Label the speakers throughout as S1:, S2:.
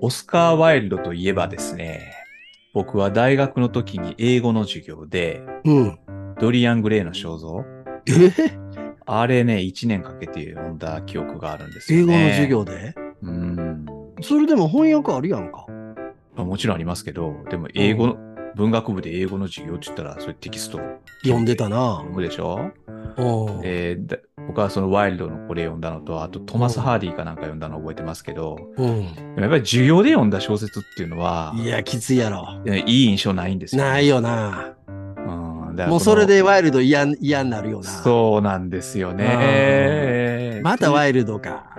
S1: オスカー・ワイルドといえばですね、僕は大学の時に英語の授業で、
S2: うん。
S1: ドリアン・グレイの肖像、
S2: え
S1: あれね、1年かけて読んだ記憶があるんです
S2: 英
S1: よ
S2: 語
S1: ね。
S2: の授業で
S1: うん。
S2: それでも翻訳あるやんか。
S1: まあもちろんありますけど、でも英語の、文学部で英語の授業って言ったら、そういうテキスト
S2: 読んでたな
S1: 読。むでしょ
S2: うん。
S1: でだ僕はそのワイルドのこれ読んだのと、あとトマス・ハーディかなんか読んだの覚えてますけど、
S2: うん。
S1: でもやっぱり授業で読んだ小説っていうのは、
S2: いや、きついやろ。
S1: いやいい印象ないんですよ、
S2: ないよな。
S1: うん、だからの
S2: もうそれでワイルド嫌ん嫌になるよな。
S1: そうなんですよ
S2: うん
S1: ね。
S2: またワイルドか。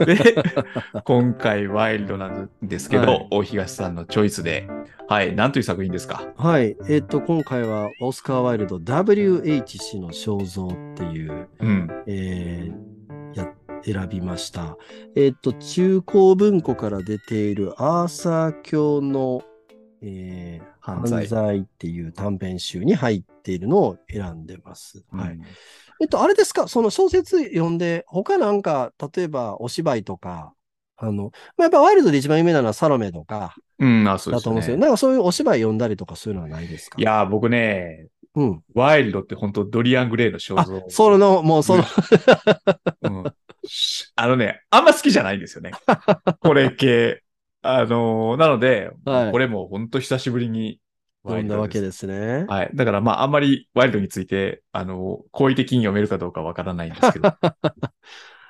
S1: で 今回ワイルドなんですけど、
S2: はい
S1: 大東さんのチョイスで、はい、なんという作品ですか
S2: はい。えっと、今回はオスカー・ワイルド WH 氏の肖像っていう、
S1: うん。
S2: えーや選びました。えっと、中高文庫から出ているアーサー教の、えー
S1: 犯
S2: 犯
S1: 罪。
S2: 罪っていう短編集に入っているのを選んでます。は
S1: う
S2: い。
S1: ん
S2: えっと、あれですか、その小説読んで、他なんか、例えばお芝居とか、あの、まあ、やっぱワイルドで一番有名なのはサロメとか
S1: うん、あ、そう
S2: だ
S1: で
S2: と
S1: す
S2: 思
S1: ね。
S2: うんですけど、なんかそういうお芝居読んだりとかそういうのはないですか
S1: いやー、僕ね、
S2: うん。
S1: ワイルドって本当ドリアン・グレイの肖
S2: あ
S1: 像。、
S2: その、もう その、
S1: うんしあのね、あんま好きじゃないんですよね。これ系。あのーなので、
S2: はい
S1: これも本当久しぶりにワ
S2: 読
S1: イ
S2: ん
S1: ル
S2: だ
S1: ド
S2: わ
S1: です
S2: けです ね。
S1: はい。だからまあ、あんまりワイルドについて、あの、好意的に読めるかどうかわからないんです けど。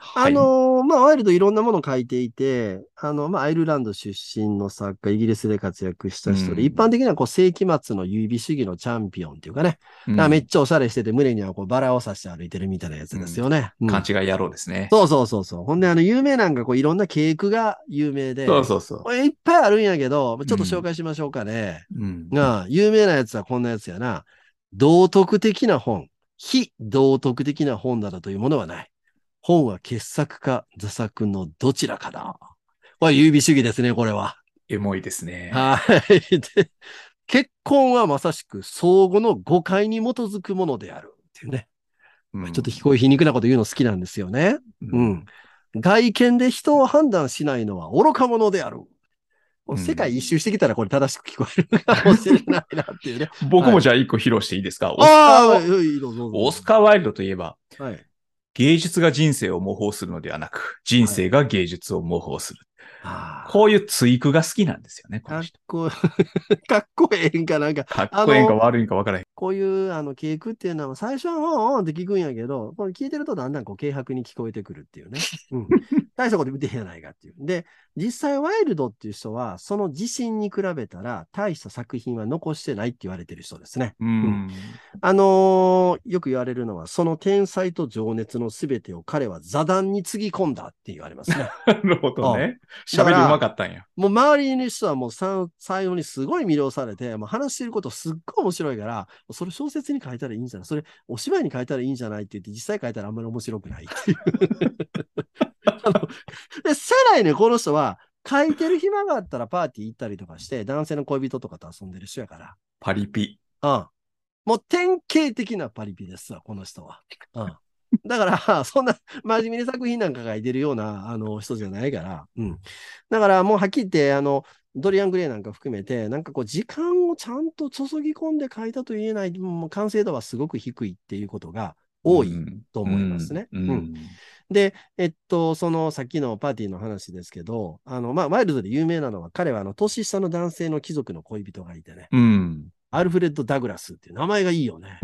S1: は
S2: あ
S1: い、
S2: のーまあ、ワイルドいろんなものを書いていて、あの、まあ、アイルランド出身の作家、イギリスで活躍した人で、
S1: うん
S2: 一般的にはこう、世紀末の優美主義のチャンピオンっていうかね、
S1: うん
S2: なんかめっちゃおしゃれしてて、胸にはこう、バラを刺して歩いてるみたいなやつですよね。うん
S1: 勘違い野郎ですね。
S2: そうそうそうそう。ほんで、あの、有名なんかこう、いろんな稽古が有名で、
S1: そうそうそう
S2: これいっぱいあるんやけど、ちょっと紹介しましょうかね。
S1: うん
S2: が、有名なやつはこんなやつやな。道徳的な本、非道徳的な本などというものはない。本は傑作か座作のどちらかだ。これ、優美主義ですね、これは。
S1: エモいですね。
S2: はい。で、結婚はまさしく相互の誤解に基づくものである。っていうね。
S1: うん
S2: ちょっとこういう皮肉なこと言うの好きなんですよね。う。ん。外見で人を判断しないのは愚か者である。これ
S1: うん
S2: 世界一周してきたらこれ正しく聞こえるかもしれないなっていうね。
S1: 僕もじゃあ一個披露していいですか、 オスカー
S2: ああ、
S1: ワイルド
S2: いいどうぞ。
S1: オスカー・ワイルドといえば、
S2: ー。はい。
S1: 芸術が人生を模倣するのではなく、人生が芸術を模倣する。
S2: あ
S1: こういう追句が好きなんですよね、
S2: ー
S1: こ
S2: か
S1: の
S2: っ
S1: 人。
S2: こ、 かっこええんかなんか、
S1: かっこええんか悪いんか分からへん。
S2: こういう、あの、ケークっていうのは、最初は、おんおんって聞くんやけど、これ聞いてるとだんだんこう、軽薄に聞こえてくるっていうね。うん。大したこと言ってへんやないかっていう。で、実際、ワイルドっていう人は、その自身に比べたら、大した作品は残してないって言われてる人ですね。
S1: うん。
S2: あのーよく言われるのは、その天才と情熱のすべてを彼は座談につぎ込んだって言われますね。
S1: なるほどね。
S2: だ
S1: 喋
S2: か
S1: り
S2: ら
S1: うまかったんや。
S2: もう周りの人はもうさん最後にすごい魅了されて、もう話してることすっごい面白いから、それ小説に書いたらいいんじゃないそれお芝居に書いたらいいんじゃないって言って、実際書いたらあんまり面白くないっていうあのでさらにね、この人は、書いてる暇があったらパーティー行ったりとかして、男性の恋人とかと遊んでる人やから。
S1: パリピ。
S2: うん。もう典型的なパリピですわ、この人は。うん。だから、 そんな真面目に作品なんかがいてるようなあの人じゃないから。うん。だから、もうはっきり言って、あの、ドリアン・グレイなんか含めて、なんかこう、時間をちゃんと注ぎ込んで書いたと言えない、もう完成度はすごく低いっていうことが多いと思いますね。
S1: うん。うん
S2: で、えっと、そのさっきのパーティーの話ですけど、あの、まあ、ワイルドで有名なのは、彼はあの、年下の男性の貴族の恋人がいてね、
S1: うん。
S2: アルフレッド・ダグラスっていう名前がいいよね。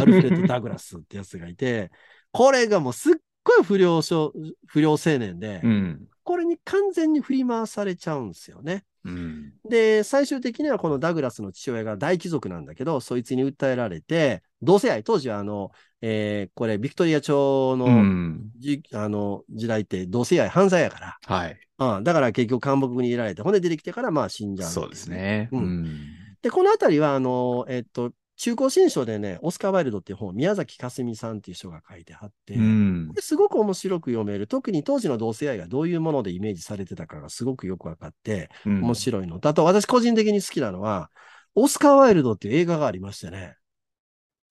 S2: アルフレッド・ダグラスってやつがいて、これがもうすっごい不良少不良青年で、
S1: うん。
S2: これに完全に振り回されちゃうんですよね。
S1: うん。
S2: で、最終的にはこのダグラスの父親が大貴族なんだけど、そいつに訴えられて、同性愛、当時はあの、えーこれ、ビクトリア朝
S1: う
S2: の
S1: ん。
S2: じ、あの時代って同性愛犯罪やから、
S1: はい。
S2: ああだから結局監獄にいられて、骨出てきてからまあ死んじゃうってい
S1: そうですね。
S2: うん
S1: ん。
S2: で、このあたりは、あの、えっと、中古新書でね、オスカー・ワイルドっていう本、宮崎かすみさんっていう人が書いてあって、
S1: うん
S2: これすごく面白く読める。特に当時の同性愛がどういうものでイメージされてたかがすごくよく分かって、
S1: うん
S2: 面白いのと。あと、私個人的に好きなのは、オスカー・ワイルドっていう映画がありましてね、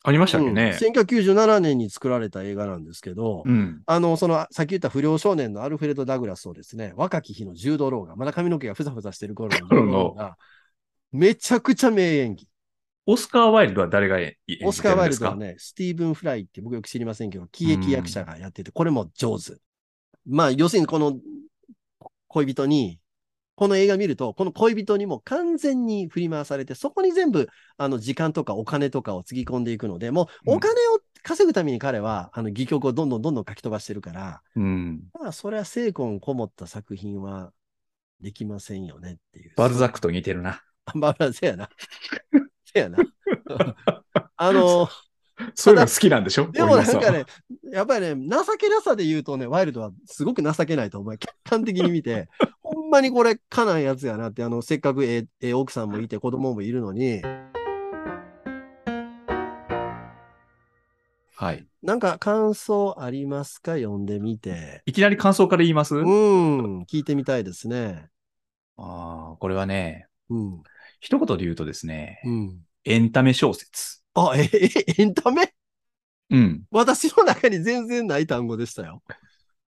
S1: ありましたっけね。
S2: うん、1997年に作られた映画なんですけど、
S1: うん。
S2: あの、その、さっき言った不良少年のアルフレド・ダグラスをですね、若き日の柔道ローが、まだ髪の毛がふざふざしてる頃の柔 道ローが、めちゃくちゃ名演技。
S1: オスカー・ワイルドは誰が演じてるん
S2: オ
S1: です
S2: ス
S1: か
S2: カー・ワイルドはね、スティーブン・フライって僕よく知りませんけど、喜劇役者がやってて、これも上手。まあ、要するにこの恋人に、この映画見ると、この恋人にも完全に振り回されて、そこに全部、あの、時間とかお金とかをつぎ込んでいくので、もう、
S1: うん
S2: お金を稼ぐために彼は、あの、戯曲をどんどんどんどん書き飛ばしてるから、
S1: うん。
S2: まあ、それは精魂こもった作品はできませんよねっていう。
S1: バルザックと似てるな。
S2: あ。バルザクやな。せやな。あ の、
S1: そういうの好きなんでしょ
S2: でもなん
S1: 俺
S2: か
S1: もさ
S2: ね、やっぱりね、情けなさで言うとね、ワイルドはすごく情けないと思う。客観的に 見て、ほんまにこれ、かないやつやなって、あの、せっかくええええ奥さんもいて、子供もいるのに、
S1: はい。
S2: なんか感想ありますか読んでみて。
S1: いきなり感想から言います、
S2: う
S1: あ
S2: ん、聞いてみたいですね。
S1: あ、これはね、
S2: うん、
S1: 一言で言うとですね、
S2: うん。
S1: エンタメ小説。
S2: あ、え、 え、エンタメ
S1: うん。
S2: 私の中に全然ない単語でしたよ。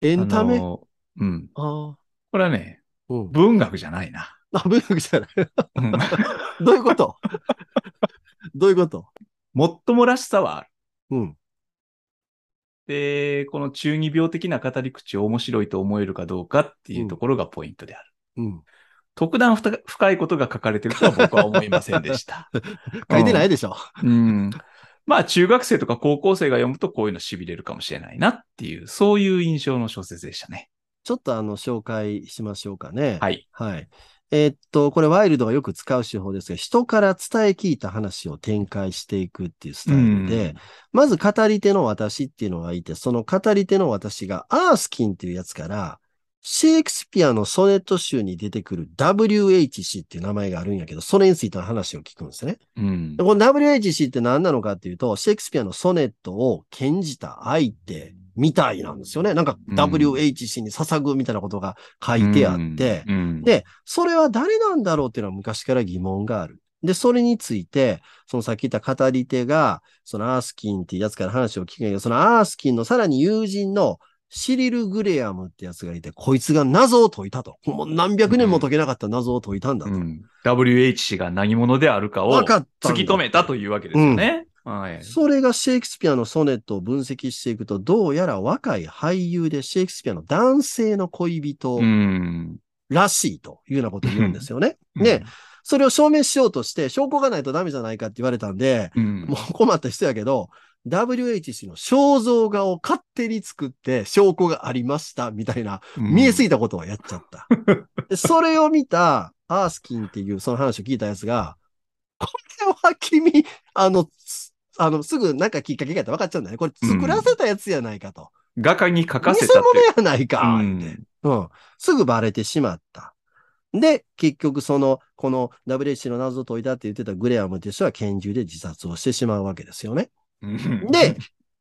S2: エンタメ、
S1: あのうん。
S2: あ
S1: これはね、
S2: あ、うん。
S1: 文学じゃないな。
S2: あ、文学じゃない。
S1: うん
S2: どういうこと どういうこと
S1: もっともらしさはある。
S2: うん。
S1: で、この中二病的な語り口を面白いと思えるかどうかっていうところがポイントである。
S2: うん。
S1: 特段ふた深いことが書かれてるとは僕は思いませんでした。、
S2: 書いてないいでしょ。
S1: うん、まあ中学生とか高校生が読むとこういうの痺れるかもしれないなっていう、そういう印象の小説でしたね。
S2: ちょっとあの、紹介しましょうかね。
S1: はい。
S2: はい。えーっと、これ、ワイルドがよく使う手法ですが、人から伝え聞いた話を展開していくっていうスタイルで、まず語り手の私っていうのがいて、その語り手の私がアースキンっていうやつから、シェイクスピアのソネット集に出てくる WH 氏っていう名前があるんやけど、それについての話を聞くんですね。
S1: うん
S2: で。この WH 氏って何なのかっていうと、シェイクスピアのソネットを献じた愛ってみたいなんですよね。なんか
S1: うん
S2: WH 氏に捧ぐみたいなことが書いてあって、
S1: うん、うん
S2: で、それは誰なんだろうっていうのは昔から疑問がある。で、それについて、そのさっき言った語り手が、そのアースキンっていうやつから話を聞くんやけど、そのアースキンのさらに友人のシリル・グレアムってやつがいて、こいつが謎を解いたと。もう何百年も解けなかった謎を解いたんだと。
S1: う
S2: わ、
S1: ん WH 氏が何者であるかを
S2: かったん
S1: 突
S2: だ
S1: き止めたというわけですよね。はい。
S2: それがシェイクスピアのソネットを分析していくと、どうやら若い俳優でシェイクスピアの男性の恋人
S1: うん。
S2: らしいというようなことを言うんですよね。
S1: うん
S2: で、それを証明しようとして、証拠がないとダメじゃないかって言われたんで、
S1: うん
S2: もう困った人やけど、WH 氏の肖像画を勝手に作って証拠がありましたみたいな、見えすぎたことをやっちゃ った。でそれを見たアースキンっていうその話を聞いたやつが、これは君、あの、すあの、すぐなんかきっかけがあって分かっちゃうんだよね。これ作らせたやつやないかと。
S1: 画家に書か
S2: 偽
S1: せたって
S2: 物
S1: いう。
S2: やないか、
S1: うん
S2: って、うん。すぐバレてしまった。で、結局その、この WH の謎を解いたって言ってたグレアムという人は拳銃で自殺をしてしまうわけですよね。
S1: うん
S2: で、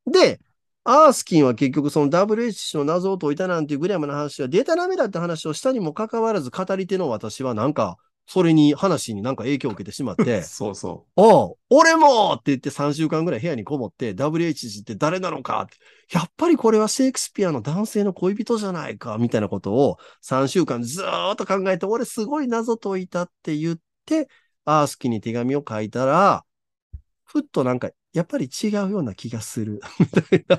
S2: で、アースキンは結局その WH の謎を解いたなんていうグレアムの話はデータラメだって話をしたにもかかわらず語り手の私はなんか、それに話になんか影響を受けてしまっ て、
S1: そうそ
S2: おう俺もって言って3週間ぐらい部屋にこもって、WH って誰なのかってやっぱりこれはシェイクスピアの男性の恋人じゃないかみたいなことを3週間ずーっと考えて、俺すごい謎解いたって言って、アースキに手紙を書いたら、ふっとなんか、やっぱり違うような気がする。
S1: う。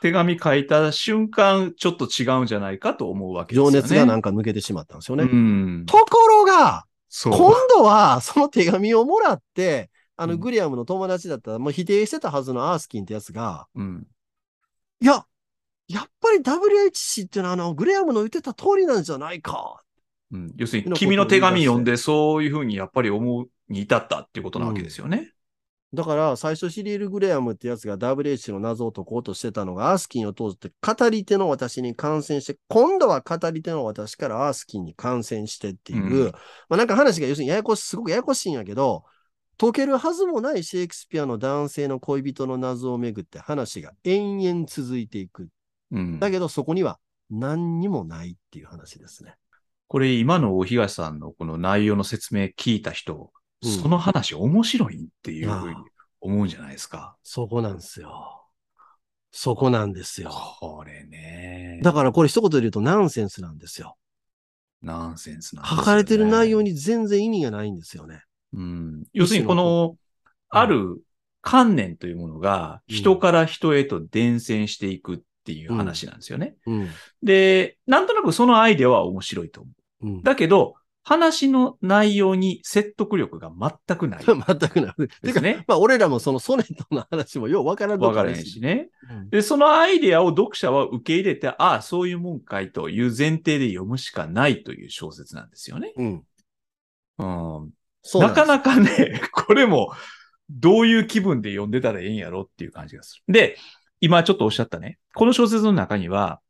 S1: 手紙書いた瞬間、ちょっと違うんじゃないかと思うわけですよ
S2: 情
S1: ね。
S2: 熱がなんか抜けてしまったんですよね。
S1: うん。
S2: ところが、今
S1: そう。
S2: 度はその手紙をもらって、あ
S1: う
S2: の
S1: ん
S2: グリアムの友達だったら、もう否定してたはずのアースキンってやつが、
S1: うん。
S2: いや、やっぱり WHC っていうのは、あの、グレアムの言ってた通りなんじゃないか。
S1: うん要するに、君の手紙読んで、そういうふうにやっぱり思うに至ったっていうことなわけですよね。
S2: だから、最初シリール・グレアムってやつが WH の謎を解こうとしてたのが、アースキンを通って語り手の私に感染して、今度は語り手の私からアースキンに感染してっていう、
S1: うん
S2: まあなんか話が要するにややこし、すごくややこしいんやけど、解けるはずもないシェイクスピアの男性の恋人の謎をめぐって話が延々続いていく。
S1: うん。
S2: だけど、そこには何にもないっていう話ですね。
S1: これ、今の大東さんのこの内容の説明聞いた人、
S2: うん
S1: その話面白いっていうふうに思うんじゃないですか。
S2: そこなんですよ。そこなんですよ。
S1: これね。
S2: だからこれ一言で言うとナンセンスなんですよ。
S1: ナンセンスなんですよ
S2: 書
S1: ね
S2: かれてる内容。に全然意味がないんですよね。
S1: うん。要するにこの、ある観念というものが、
S2: うん
S1: 人から人へと伝染していくっていう話なんですよね。
S2: うん。
S1: で、なんとなくそのアイデアは面白いと思う。
S2: うん、
S1: だけど、話の内容に説得力が全くない。
S2: 全くない。
S1: で
S2: て
S1: す
S2: か、
S1: ね。
S2: まあ俺らもそのソネットの話もようわからんと
S1: わ
S2: こ
S1: から
S2: で
S1: な
S2: す
S1: いしね。
S2: うん
S1: で、そのアイデアを読者は受け入れて、ああ、そういうもんかいという前提で読むしかないという小説なんですよね。
S2: うん。
S1: うん。
S2: そう
S1: なか
S2: か。
S1: なかね、これも、どういう気分で読んでたらええんやろっていう感じがする。で、今ちょっとおっしゃったね。この小説の中には、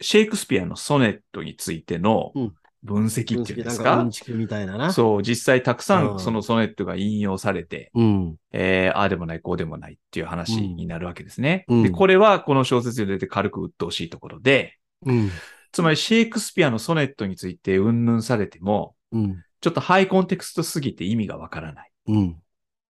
S1: シェイクスピアのソネットについての
S2: うん
S1: 分析っていうんで
S2: なん
S1: す
S2: か
S1: か、
S2: うんちくみたいなな。
S1: そう、実際たくさ
S2: うん
S1: んそのソネットが引用されて、
S2: うん。
S1: えー、ああでもない、こうでもないっていう話になるわけですね。
S2: うん
S1: で、これはこの小説に出て軽く鬱陶しいところで、
S2: うん。
S1: つまりシェイクスピアのソネットについて云々されても、
S2: うん。
S1: ちょっとハイコンテクストすぎて意味がわからない。
S2: うん。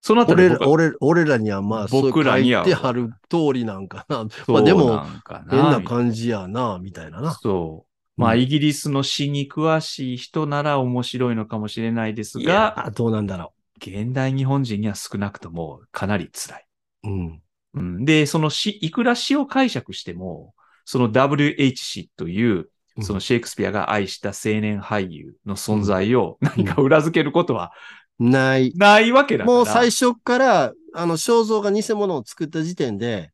S1: そのあたり
S2: 俺
S1: 僕
S2: ら、
S1: は
S2: 俺、俺らにはまあ、そう
S1: 僕らには
S2: 書いてある通りなんかな。
S1: そう
S2: まあでも、
S1: なんか
S2: 変な
S1: みたい
S2: 感じやな、みたいな
S1: な
S2: な。
S1: そう。まあ、
S2: うん
S1: イギリスの詩に詳しい人なら面白いのかもしれないです
S2: いや
S1: が、
S2: ー、どうなんだろ
S1: 現代日本人には少なくともかなり辛い。
S2: う。うん。
S1: うん、で、その詩、いくら詩を解釈しても、その WHC という、
S2: うん
S1: そのシェイクスピアが愛した青年俳優の存在を何か裏付けることは
S2: ない。
S1: ないわけだから。
S2: もう最初から、あの、肖像が偽物を作った時点で、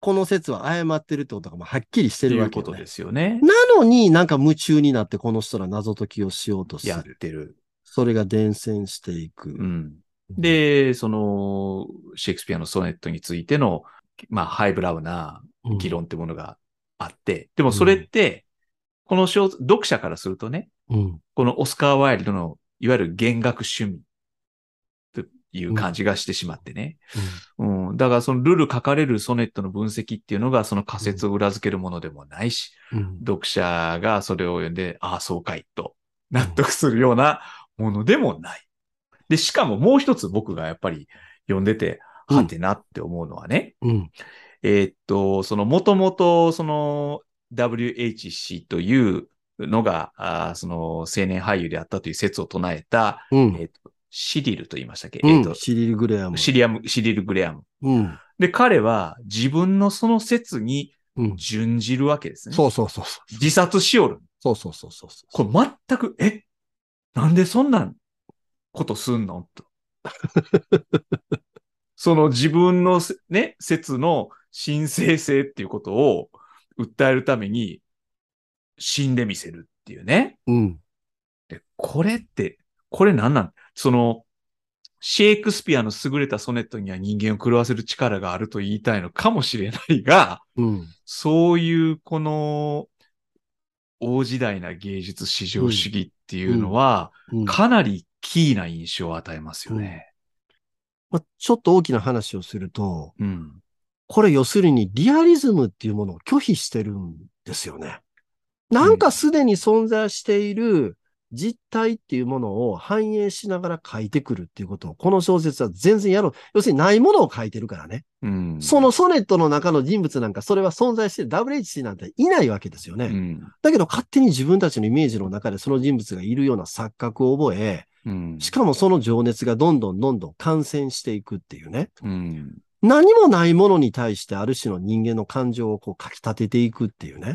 S2: この説は誤ってるってことがもうはっきりして
S1: と
S2: る
S1: い
S2: わ
S1: う
S2: け
S1: こ
S2: よ
S1: と
S2: ね
S1: で。すよね。
S2: なのになんか夢中になってこの人ら謎解きをしようとす
S1: やっ
S2: る。
S1: てる。
S2: それが伝染していく。
S1: うん。で、その、シェイクスピアのソネットについての、まあ、ハイブラウな
S2: うん、
S1: 議論ってものがあって、でもそれって、この小説読者からするとね、
S2: うん。
S1: このオスカー・ワイルドの、いわゆる弦楽趣味という感じがしてしまってね。うん。だからそのルール書かれるソネットの分析っていうのが、その仮説を裏付けるものでもないし、
S2: うん。うん
S1: 読者がそれを読んで、ああ、そうかいと納得するようなものでもない。で、しかももう一つ僕がやっぱり読んでて、
S2: うん
S1: はてなって思うのはね、
S2: うん。
S1: えーっと、そのもともとその WHC というのが、あーその青年俳優であったという説を唱えた、
S2: う
S1: え
S2: ん
S1: ーっとシリルと言いましたっけ、
S2: う
S1: えーっ
S2: ん。
S1: と
S2: シリル・グレアム。
S1: シリアム、シリル・グレアム。
S2: うん。
S1: で、彼は自分のその説に
S2: うん。
S1: 準じるわけですね。
S2: そうそうそうそう。
S1: 自殺しおる。
S2: そうそうそうそうそ
S1: こ
S2: う。
S1: れ全く、えなんでそんなことすんのと。その自分のせね、説の神聖性っていうことを訴えるために死んでみせるっていうね。
S2: うん。
S1: でこれって、これなんなんその、シェイクスピアの優れたソネットには人間を狂わせる力があると言いたいのかもしれないが、
S2: うん。
S1: そういうこの大時代な芸術至上主義っていうのは、
S2: うん
S1: かなりキーな印象を与えますよね。
S2: まあ、ちょっと大きな話をすると、
S1: うん。
S2: これ要するにリアリズムっていうものを拒否してるんですよね。なんかすでに存在している実態っていうものを反映しながら書いてくるっていうことを、この小説は全然やろう。要するにないものを書いてるからね。
S1: うん。
S2: そのソネットの中の人物なんか、それは存在してる WHC なんていないわけですよ
S1: う
S2: ね。
S1: ん、
S2: だけど勝手に自分たちのイメージの中でその人物がいるような錯覚を覚え、
S1: うん。
S2: しかもその情熱がどんどんどんどん感染していくっていうね。
S1: うん。
S2: 何もないものに対してある種の人間の感情をこう書き立てていくっていうね。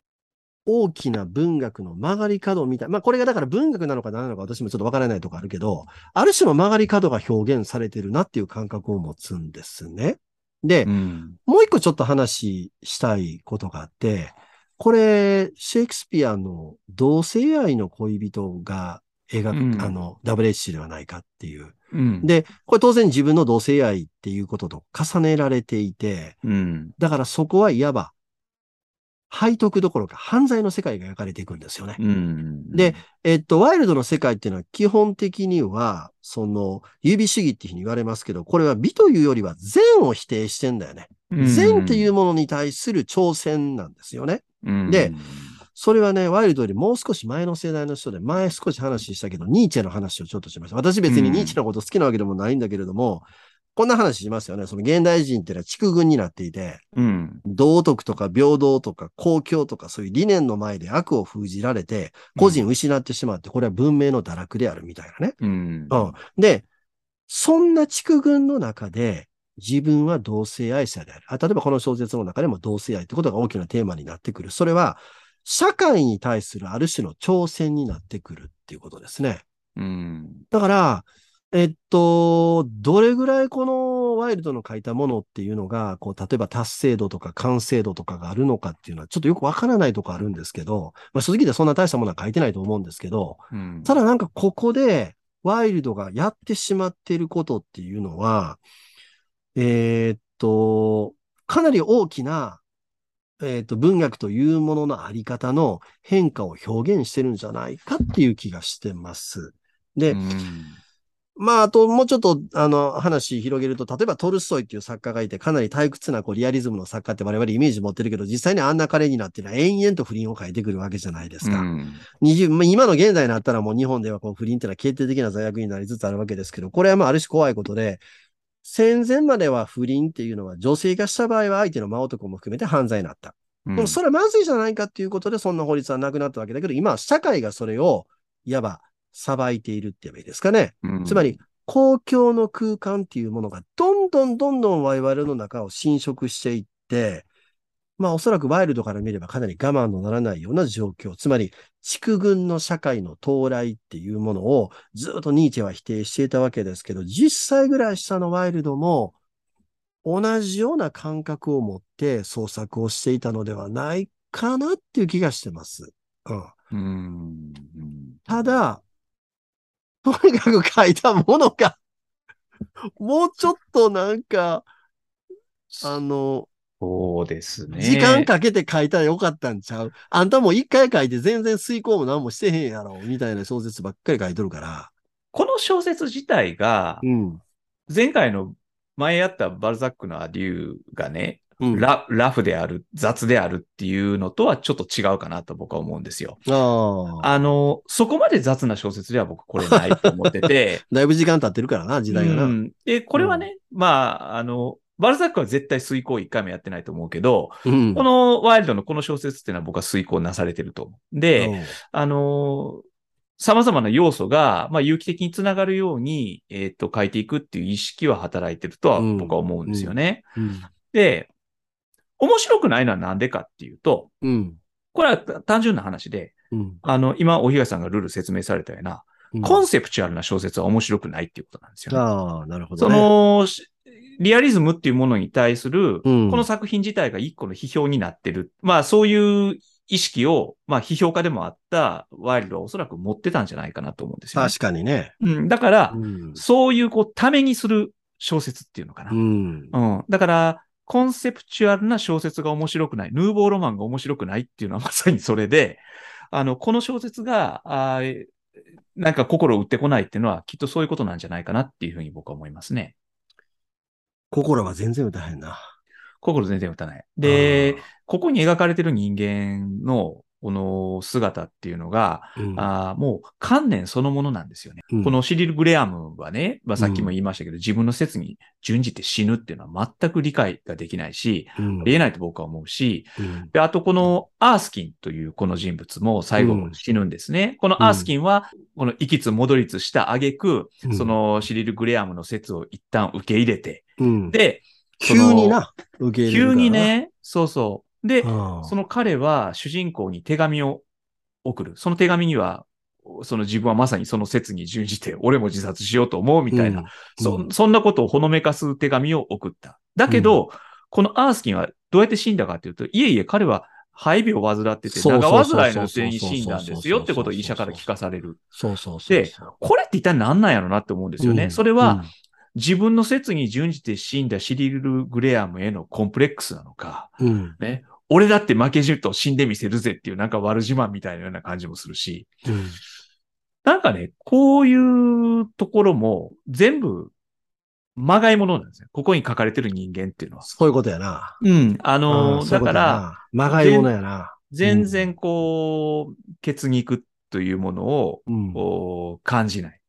S2: 大きな文学の曲がり角みたい。まあこれがだから文学なのか何なのか私もちょっとわからないとこあるけど、ある種の曲がり角が表現されてるなっていう感覚を持つんですね。で、
S1: うん。
S2: もう一個ちょっと話したいことがあって、これ、シェイクスピアの同性愛の恋人が描く、
S1: うん
S2: あの、WHC ではないかっていう。
S1: うん。
S2: で、これ当然自分の同性愛っていうことと重ねられていて、
S1: うん。
S2: だからそこはいわば、背徳どころか犯罪の世界が描かれていくんですよね。
S1: うん。
S2: で、えっと、ワイルドの世界っていうのは基本的には、その、優美主義っていうふうに言われますけど、これは美というよりは善を否定してんだよね。善っていううものに対する挑戦なんですよね。
S1: ん、
S2: でそれはね、ワイルドよりもう少し前の世代の人で、前少し話したけど、ニーチェの話をちょっとしました。私別にニーチェのこと好きなわけでもないんだけれども、こんな話しますよね。その現代人っていうのは畜群になっていて、
S1: うん。
S2: 道徳とか平等とか公共とかそういう理念の前で悪を封じられて、個人を失ってしまって、これは文明の堕落であるみたいなね。
S1: うん。
S2: うん。で、そんな畜群の中で、自分は同性愛者である。あ例えばこの小説の中でも同性愛ってことが大きなテーマになってくる。それは、社会に対するある種の挑戦になってくるっていうことですね。
S1: うん。
S2: だから、えっと、どれぐらいこのワイルドの書いたものっていうのが、こう、例えば達成度とか完成度とかがあるのかっていうのは、ちょっとよくわからないとこあるんですけど、まあ正直言ってそんな大したものは書いてないと思うんですけど、
S1: うん
S2: ただなんかここで、ワイルドがやってしまっていることっていうのは、えーっと、かなり大きな、えーっと、文学というもののあり方の変化を表現してるんじゃないかっていう気がしてます。で、
S1: うん
S2: まあ、あと、もうちょっと、あの、話広げると、例えばトルストイっていう作家がいて、かなり退屈な、こう、リアリズムの作家って我々イメージ持ってるけど、実際にあんな彼になってのは延々と不倫を書いてくるわけじゃないですか。
S1: うん
S2: 20まあ今の現代になったらもう日本ではこう不倫ってのは決定的な罪悪になりつつあるわけですけど、これはまあある種怖いことで、戦前までは不倫っていうのは女性がした場合は相手の真男も含めて犯罪になった。
S1: うん
S2: でもそれはまずいじゃないかっていうことでそんな法律はなくなったわけだけど、今は社会がそれをいわば裁いているって言えばいいですかね。
S1: うん
S2: つまり、公共の空間っていうものがどんどんどんどん我々の中を侵食していって、まあおそらくワイルドから見ればかなり我慢のならないような状況。つまり、畜群の社会の到来っていうものをずっとニーチェは否定していたわけですけど、10歳ぐらい下のワイルドも同じような感覚を持って創作をしていたのではないかなっていう気がしてます。うん。
S1: うん
S2: ただ、とにかく書いたもの が、もうちょっとなんか、あの、
S1: そうですね。
S2: 時間かけて書いたらよかったんちゃうあんたもう一回書いて全然遂行も何もしてへんやろ、みたいな小説ばっかり書いとるから。
S1: この小説自体が、
S2: うん。
S1: 前回の前やったバルザックのアデューがね、
S2: うん、あ
S1: ララフである、雑であるっていうのとはちょっと違うかなと僕は思うんですよ。
S2: あ。
S1: あの、そこまで雑な小説では僕これないと思ってて、
S2: だいぶ時間経ってるからな、 時代がな。
S1: う
S2: うん。
S1: んで、これはね、まあ、あの、バルザックは絶対遂行一回もやってないと思うけど、このワイルドのこの小説っていうのは僕は遂行なされてると思う。で、あのー様々な要素が、まあ、有機的につながるように、えーっと、書いていくっていう意識は働いてるとは
S2: うん
S1: 僕は思うんですよね。
S2: うん。
S1: で、面白くないのはなんでかっていうと、
S2: うん。
S1: これはた単純な話で、
S2: うん。
S1: あの、今、お東さんがルール説明されたような、
S2: うん
S1: コンセプチュアルな小説は面白くないっていうことなんですよね。
S2: ああ、なるほど、
S1: そ
S2: ね。
S1: の、しリアリズムっていうものに対する、
S2: うん
S1: この作品自体が一個の批評になってる。まあ、そういう意識を、まあ、批評家でもあったワイルドはおそらく持ってたんじゃないかなと思うんですよ、ね
S2: 確。かにね。
S1: うん、だから
S2: う、ん。
S1: そういう、こう、ためにする小説っていうのかな。
S2: うん。
S1: うん。だから、コンセプチュアルな小説が面白くない、ヌーボーロマンが面白くないっていうのはまさにそれで、あの、この小説が、あーえなんか心を打ってこないっていうのは、きっとそういうことなんじゃないかなっていうふうに僕は思いますね。
S2: 心は全然歌えへんな。
S1: 心全然打たない。で、、ここに描かれてる人間の、この姿っていうのが、
S2: うん、
S1: あーもう観念そのものなんですよね。
S2: うん
S1: このシリル・グレアムはね、まあ、さっきも言いましたけど、自分の説に準じて死ぬっていうのは全く理解ができないし、
S2: うん
S1: ありえないと僕は思うし、
S2: うん
S1: で、あとこのアースキンというこの人物も最後
S2: うん
S1: 死ぬんですね。このアースキンは、この行きつ戻りつした挙句、
S2: うん
S1: そのシリル・グレアムの説を一旦受け入れて、
S2: うん
S1: で、その
S2: 急にな、受け入れるか
S1: 急
S2: らな
S1: に、ね、そうそう。で、
S2: うん
S1: その彼は主人公に手紙を送る。その手紙には、その自分はまさにその説に準じて、俺も自殺しようと思うみたいな、、
S2: う
S1: そ
S2: ん
S1: そんなことをほのめかす手紙を送った。だけど、このアースキンはどうやって死んだかっていうと、いえいえ、彼は肺病を患ってて、
S2: そうそう
S1: 長
S2: そうそう
S1: 患いのうちに死んだんですよってことを医者から聞かされる。
S2: そうそうそう。
S1: でこれって一体何なんやろなって思うんですよね。
S2: うん
S1: それは、、自分の説に準じて死んだシリル・グレアムへのコンプレックスなのか、
S2: うんうん
S1: ね、俺だって負けじと死んでみせるぜっていうなんか悪自慢みたいなような感じもするし、
S2: うん
S1: なんかね、こういうところも全部まがいものなんですよ。ここに書かれてる人間っていうのは。
S2: そういうことやな。
S1: うん。あの
S2: うん
S1: ー、
S2: そ
S1: だ
S2: ういうこ
S1: か
S2: とや
S1: ら、
S2: な、まがいものやな。
S1: 全然こう、血肉というものを
S2: うん
S1: こう感じない。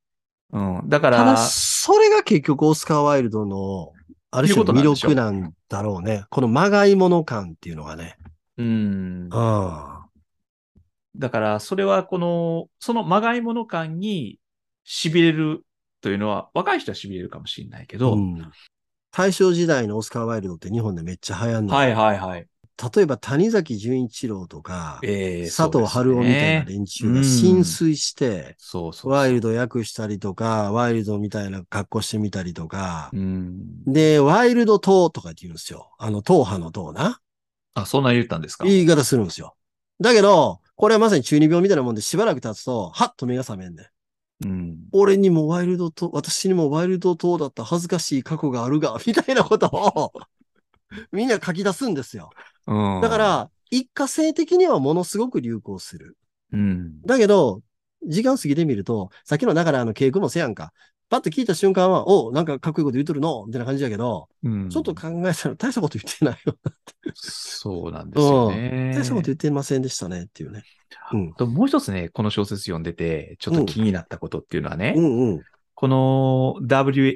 S1: うん。だか
S2: ただ、
S1: ら、
S2: それが結局オスカー・ワイルドの、ある種
S1: いうこと
S2: の
S1: なん
S2: 魅
S1: でしょう
S2: 力なんだろうね。このまがいもの感っていうのがね。
S1: うん。
S2: あ
S1: だから、それはこの、そのまがいもの感に痺れるというのは、若い人は痺れるかもしれないけ
S2: あ、
S1: ど、
S2: ん大正時代のオスカー・ワイルドって日本でめっちゃ流行んの。
S1: はいはいはい。
S2: 例えば谷崎潤一郎とか、
S1: えー
S2: 佐藤春夫みたいな。連中が浸水して、
S1: そうそうそう。
S2: ワイルド訳したりとか、ワイルドみたいな格好してみたりとか、
S1: うん。
S2: で、ワイルド党とかって言うんですよ。あの、党派の党な。
S1: あ、そんな言ったんですか
S2: 言い方するんですよ。だけど、これはまさに中二病みたいなもんでしばらく経つと、はっと目が覚めんね
S1: う
S2: ん。
S1: ん。
S2: 俺にもワイルド党、私にもワイルド党だった恥ずかしい過去があるが、 みたいなことを、みんな書き出すんですよ。
S1: うん
S2: だか、ら、一過性的にはものすごく流行する。
S1: うん。
S2: だけど、時間過ぎてみると、さっきのだからあの稽古もせやんか。パッと聞いた瞬間は、おうなんかかっこいいこと言うとるのみたいな感じだけど、
S1: うん
S2: ちょっと考えたら大したこと言ってないよ。
S1: そうなんですよね。
S2: 大したこと言ってませんでしたねっていうね。うん。
S1: ともう一つね、この小説読んでて、ちょっと気になったことっていうのはね、
S2: うんうん。
S1: この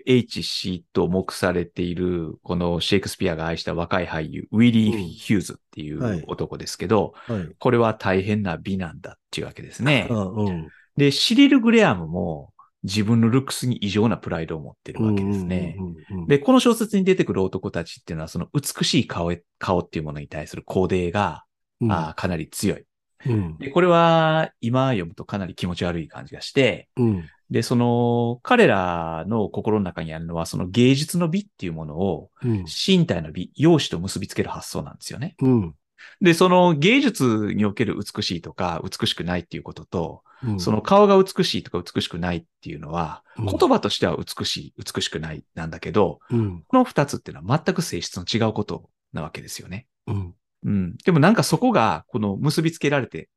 S1: WHC と目されている、このシェイクスピアが愛した若い俳優、ウィリ
S2: うん
S1: ー・ヒューズってい
S2: はいう
S1: 男ですけど、
S2: はい。
S1: これは大変な美なんだっていうわけですね
S2: う。んうん。
S1: で、シリル・グレアムも自分のルックスに異常なプライドを持ってるわけですね
S2: う。んうんうん。
S1: で、この小説に出てくる男たちっていうのは、その美しい顔へ顔っていうものに対する肯定が、
S2: うん、
S1: あーかなり強い。
S2: うん。
S1: で、これは今読むとかなり気持ち悪い感じがして、
S2: うん。
S1: で、その彼らの心の中にあるのは、その芸術の美っていうものを
S2: うん。
S1: 身体の美、容姿と結びつける発想なんですよね。
S2: うん。
S1: で、その芸術における美しいとか美しくないっていうことと、
S2: うん
S1: その、顔が美しいとか美しくないっていうのは、
S2: うん
S1: 言葉としては美しい、美しくないなんだけど、
S2: うん。
S1: この二つっていうのは全く性質の違うことなわけですよね。
S2: うん。
S1: うん。でもなんかそこが、この結びつけられて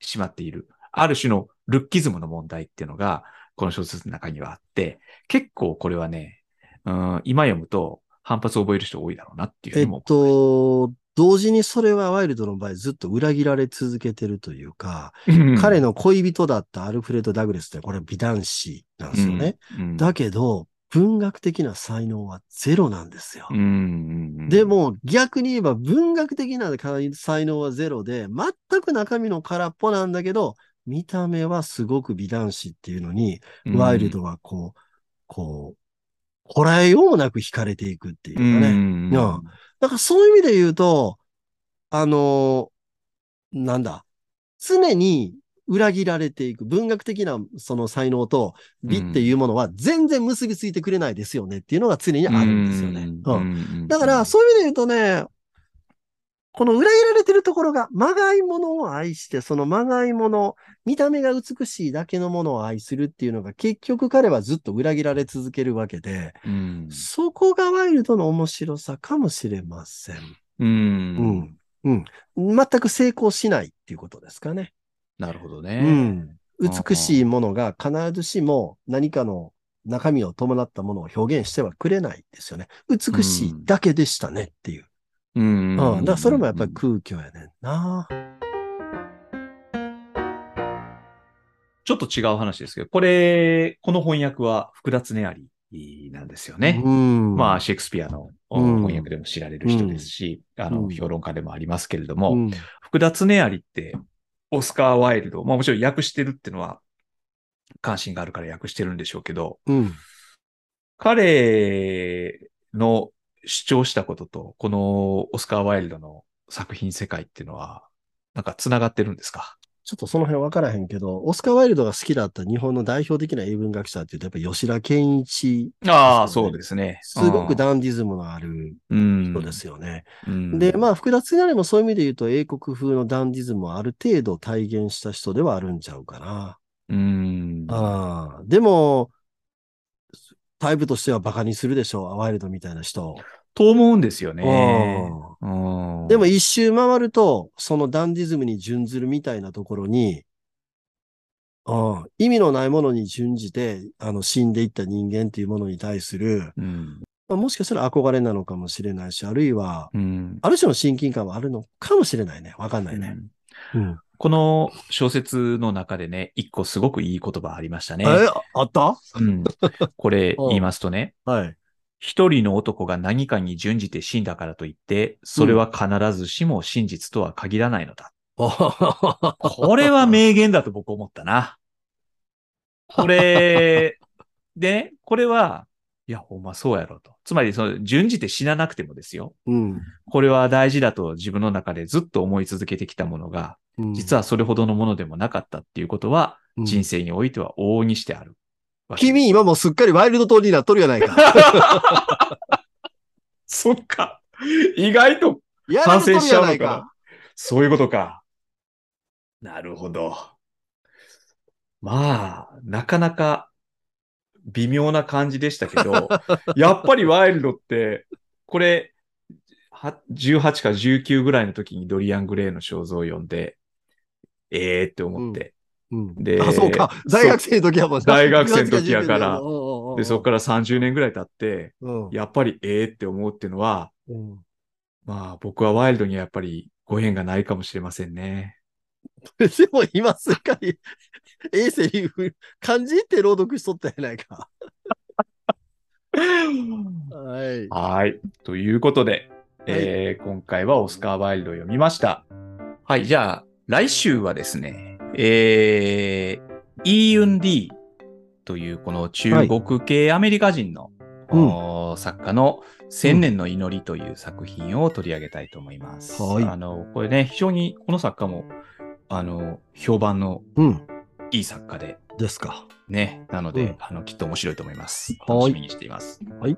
S1: しまっている、ある種のルッキズムの問題っていうのが、この小説の中にはあって、結構これはね、うん、今読むと反発を覚える人多いだろうなっていうふう
S2: え
S1: に
S2: っ
S1: も思いまし
S2: と、同時にそれはワイルドの場合ずっと裏切られ続けてるというか、
S1: た、
S2: 彼の恋人だったアルフレッド・ダグレスってこれは美男子なんですよね。
S1: うん、うん
S2: だけど、文学的な才能はゼロなんですよ。
S1: うんうんうん
S2: で、も逆に言えば文学的な才能はゼロで、全く中身の空っぽなんだけど、見た目はすごく美男子っていうのに、
S1: うん
S2: ワイルドはこう、こう、こらえようもなく惹かれていくっていう
S1: う
S2: か
S1: ん
S2: ね。
S1: うん
S2: うんだからそういう意味で言うと、あのーなんだ、常に裏切られていく文学的なその才能と美っていうものは全然結びついてくれないですよねっていうのが常にあるんですよね。
S1: う
S2: うん
S1: ん
S2: だからそういう意味で言うとね、この裏切られてるところが、まがいものを愛して、そのまがいもの、見た目が美しいだけのものを愛するっていうのが、結局彼はずっと裏切られ続けるわけで、
S1: うん
S2: そこがワイルドの面白さかもしれません。
S1: うん
S2: うん。うん。全く成功しないっていうことですかね。
S1: なるほど
S2: う
S1: ね。
S2: ん。美しいものが必ずしも何かの中身を伴ったものを表現してはくれないですよね。美しいだけでしたねってい
S1: う
S2: う。
S1: ん
S2: う。
S1: うんんうん
S2: だからそれもやっぱり空虚やねんな。
S1: ちょっと違う話ですけど、これ、この翻訳は福田恒有なんですよね。
S2: うん。
S1: まあ、シェイクスピアの
S2: うん
S1: 翻訳でも知られる人ですし、あ
S2: う
S1: の、
S2: ん
S1: 評論家でもありますけれど
S2: あ
S1: も、福田恒有って、オスカー・ワイルド、まあもちろん訳してるってのは、関心があるから訳してるんでしょうけど、
S2: うん。
S1: 彼の主張したことと、このオスカー・ワイルドの作品世界っていうのは、なんか繋がってるんですか
S2: ちょっとその辺分からへんけど、オスカー・ワイルドが好きだった日本の代表的な英文学者っていうと、やっぱ吉田健一、
S1: ああ、
S2: そ
S1: そううですね。
S2: すごくダンディズムのある
S1: うん、
S2: 人ですよね。
S1: うん。
S2: で、まあ、福田つなりもそういう意味で言うと、英国風のダンディズムをある程度体現した人ではあるんちゃうかな。
S1: うん。
S2: ああでも、タイプとしてはバカにするでしょう、ワイルドみたいな人を。
S1: と思うんですよね。
S2: うん
S1: うん
S2: でも、一周回ると、そのダンディズムに準ずるみたいなところに、うん意味のないものに準じて、あの、死んでいった人間っていうものに対する、
S1: うん。
S2: まあもしかしたら憧れなのかもしれないし、あるいは、
S1: うん。
S2: ある種の親近感はあるのかもしれないね。わかんないね。うん
S1: この小説の中でね、一個すごくいい言葉ありましたね。
S2: え、あった
S1: うん、これ
S2: うん
S1: 言いますと ね、
S2: はい。
S1: 一人の男が何かに準じて死んだからといって、それは必ずしも真実とは限らないの だ。 これは名言だと僕思ったな。こ れ、でね、これは、いや、ほんまそうやろと。つまり、その、準じて死ななくてもですよ。
S2: うん。
S1: これは大事だと自分の中でずっと思い続けてきたものが、実
S2: は
S1: はそれほどのものでもなかったっていうことは、人
S2: 生。
S1: 生においては往々にしてあるわけです。
S2: 君今もうすっかりワイルド島になっとるやな いか。
S1: そっか。意外と
S2: や
S1: 反
S2: られと
S1: 省
S2: る
S1: しちゃ
S2: や
S1: う
S2: な
S1: の
S2: い
S1: か
S2: か。
S1: な。そういうことか。なるほど。まあ、なかなか微妙な感じでしたけ ど、やっぱりワイルドって、これ、は18か19ぐらいの時にドリアン・グレイの肖像を読んで、ええー、って思って、
S2: うん
S1: で
S2: あ、そうか。大学生の時やもんな
S1: 大学生の時やから
S2: うんうんうんうん
S1: で、そこから30年ぐらい経って、
S2: うん
S1: やっぱりええって思うっていうのは、
S2: うん
S1: まあ僕はワイルドにはやっぱりご縁がないかもしれません ね。
S2: でも今すっかり、衛星漢字って朗読しとったやないか。はい。
S1: はい。ということで、えー今回はオスカー・ワイルドを読みました。はい。じゃあ、来週はですね、えー、イーユン・ディというこの中国系アメリカ人の、
S2: うん
S1: おー作家の千年の祈りという作品を取り上げたいと思います。
S2: はい
S1: あの、これね、非常にこの作家も、あの、評判の
S2: うん。
S1: いい作家で、
S2: ですか。
S1: ね。なので、
S2: うん
S1: あの、きっと面白いと思います。
S2: はい
S1: 楽しみにしています。
S2: はい。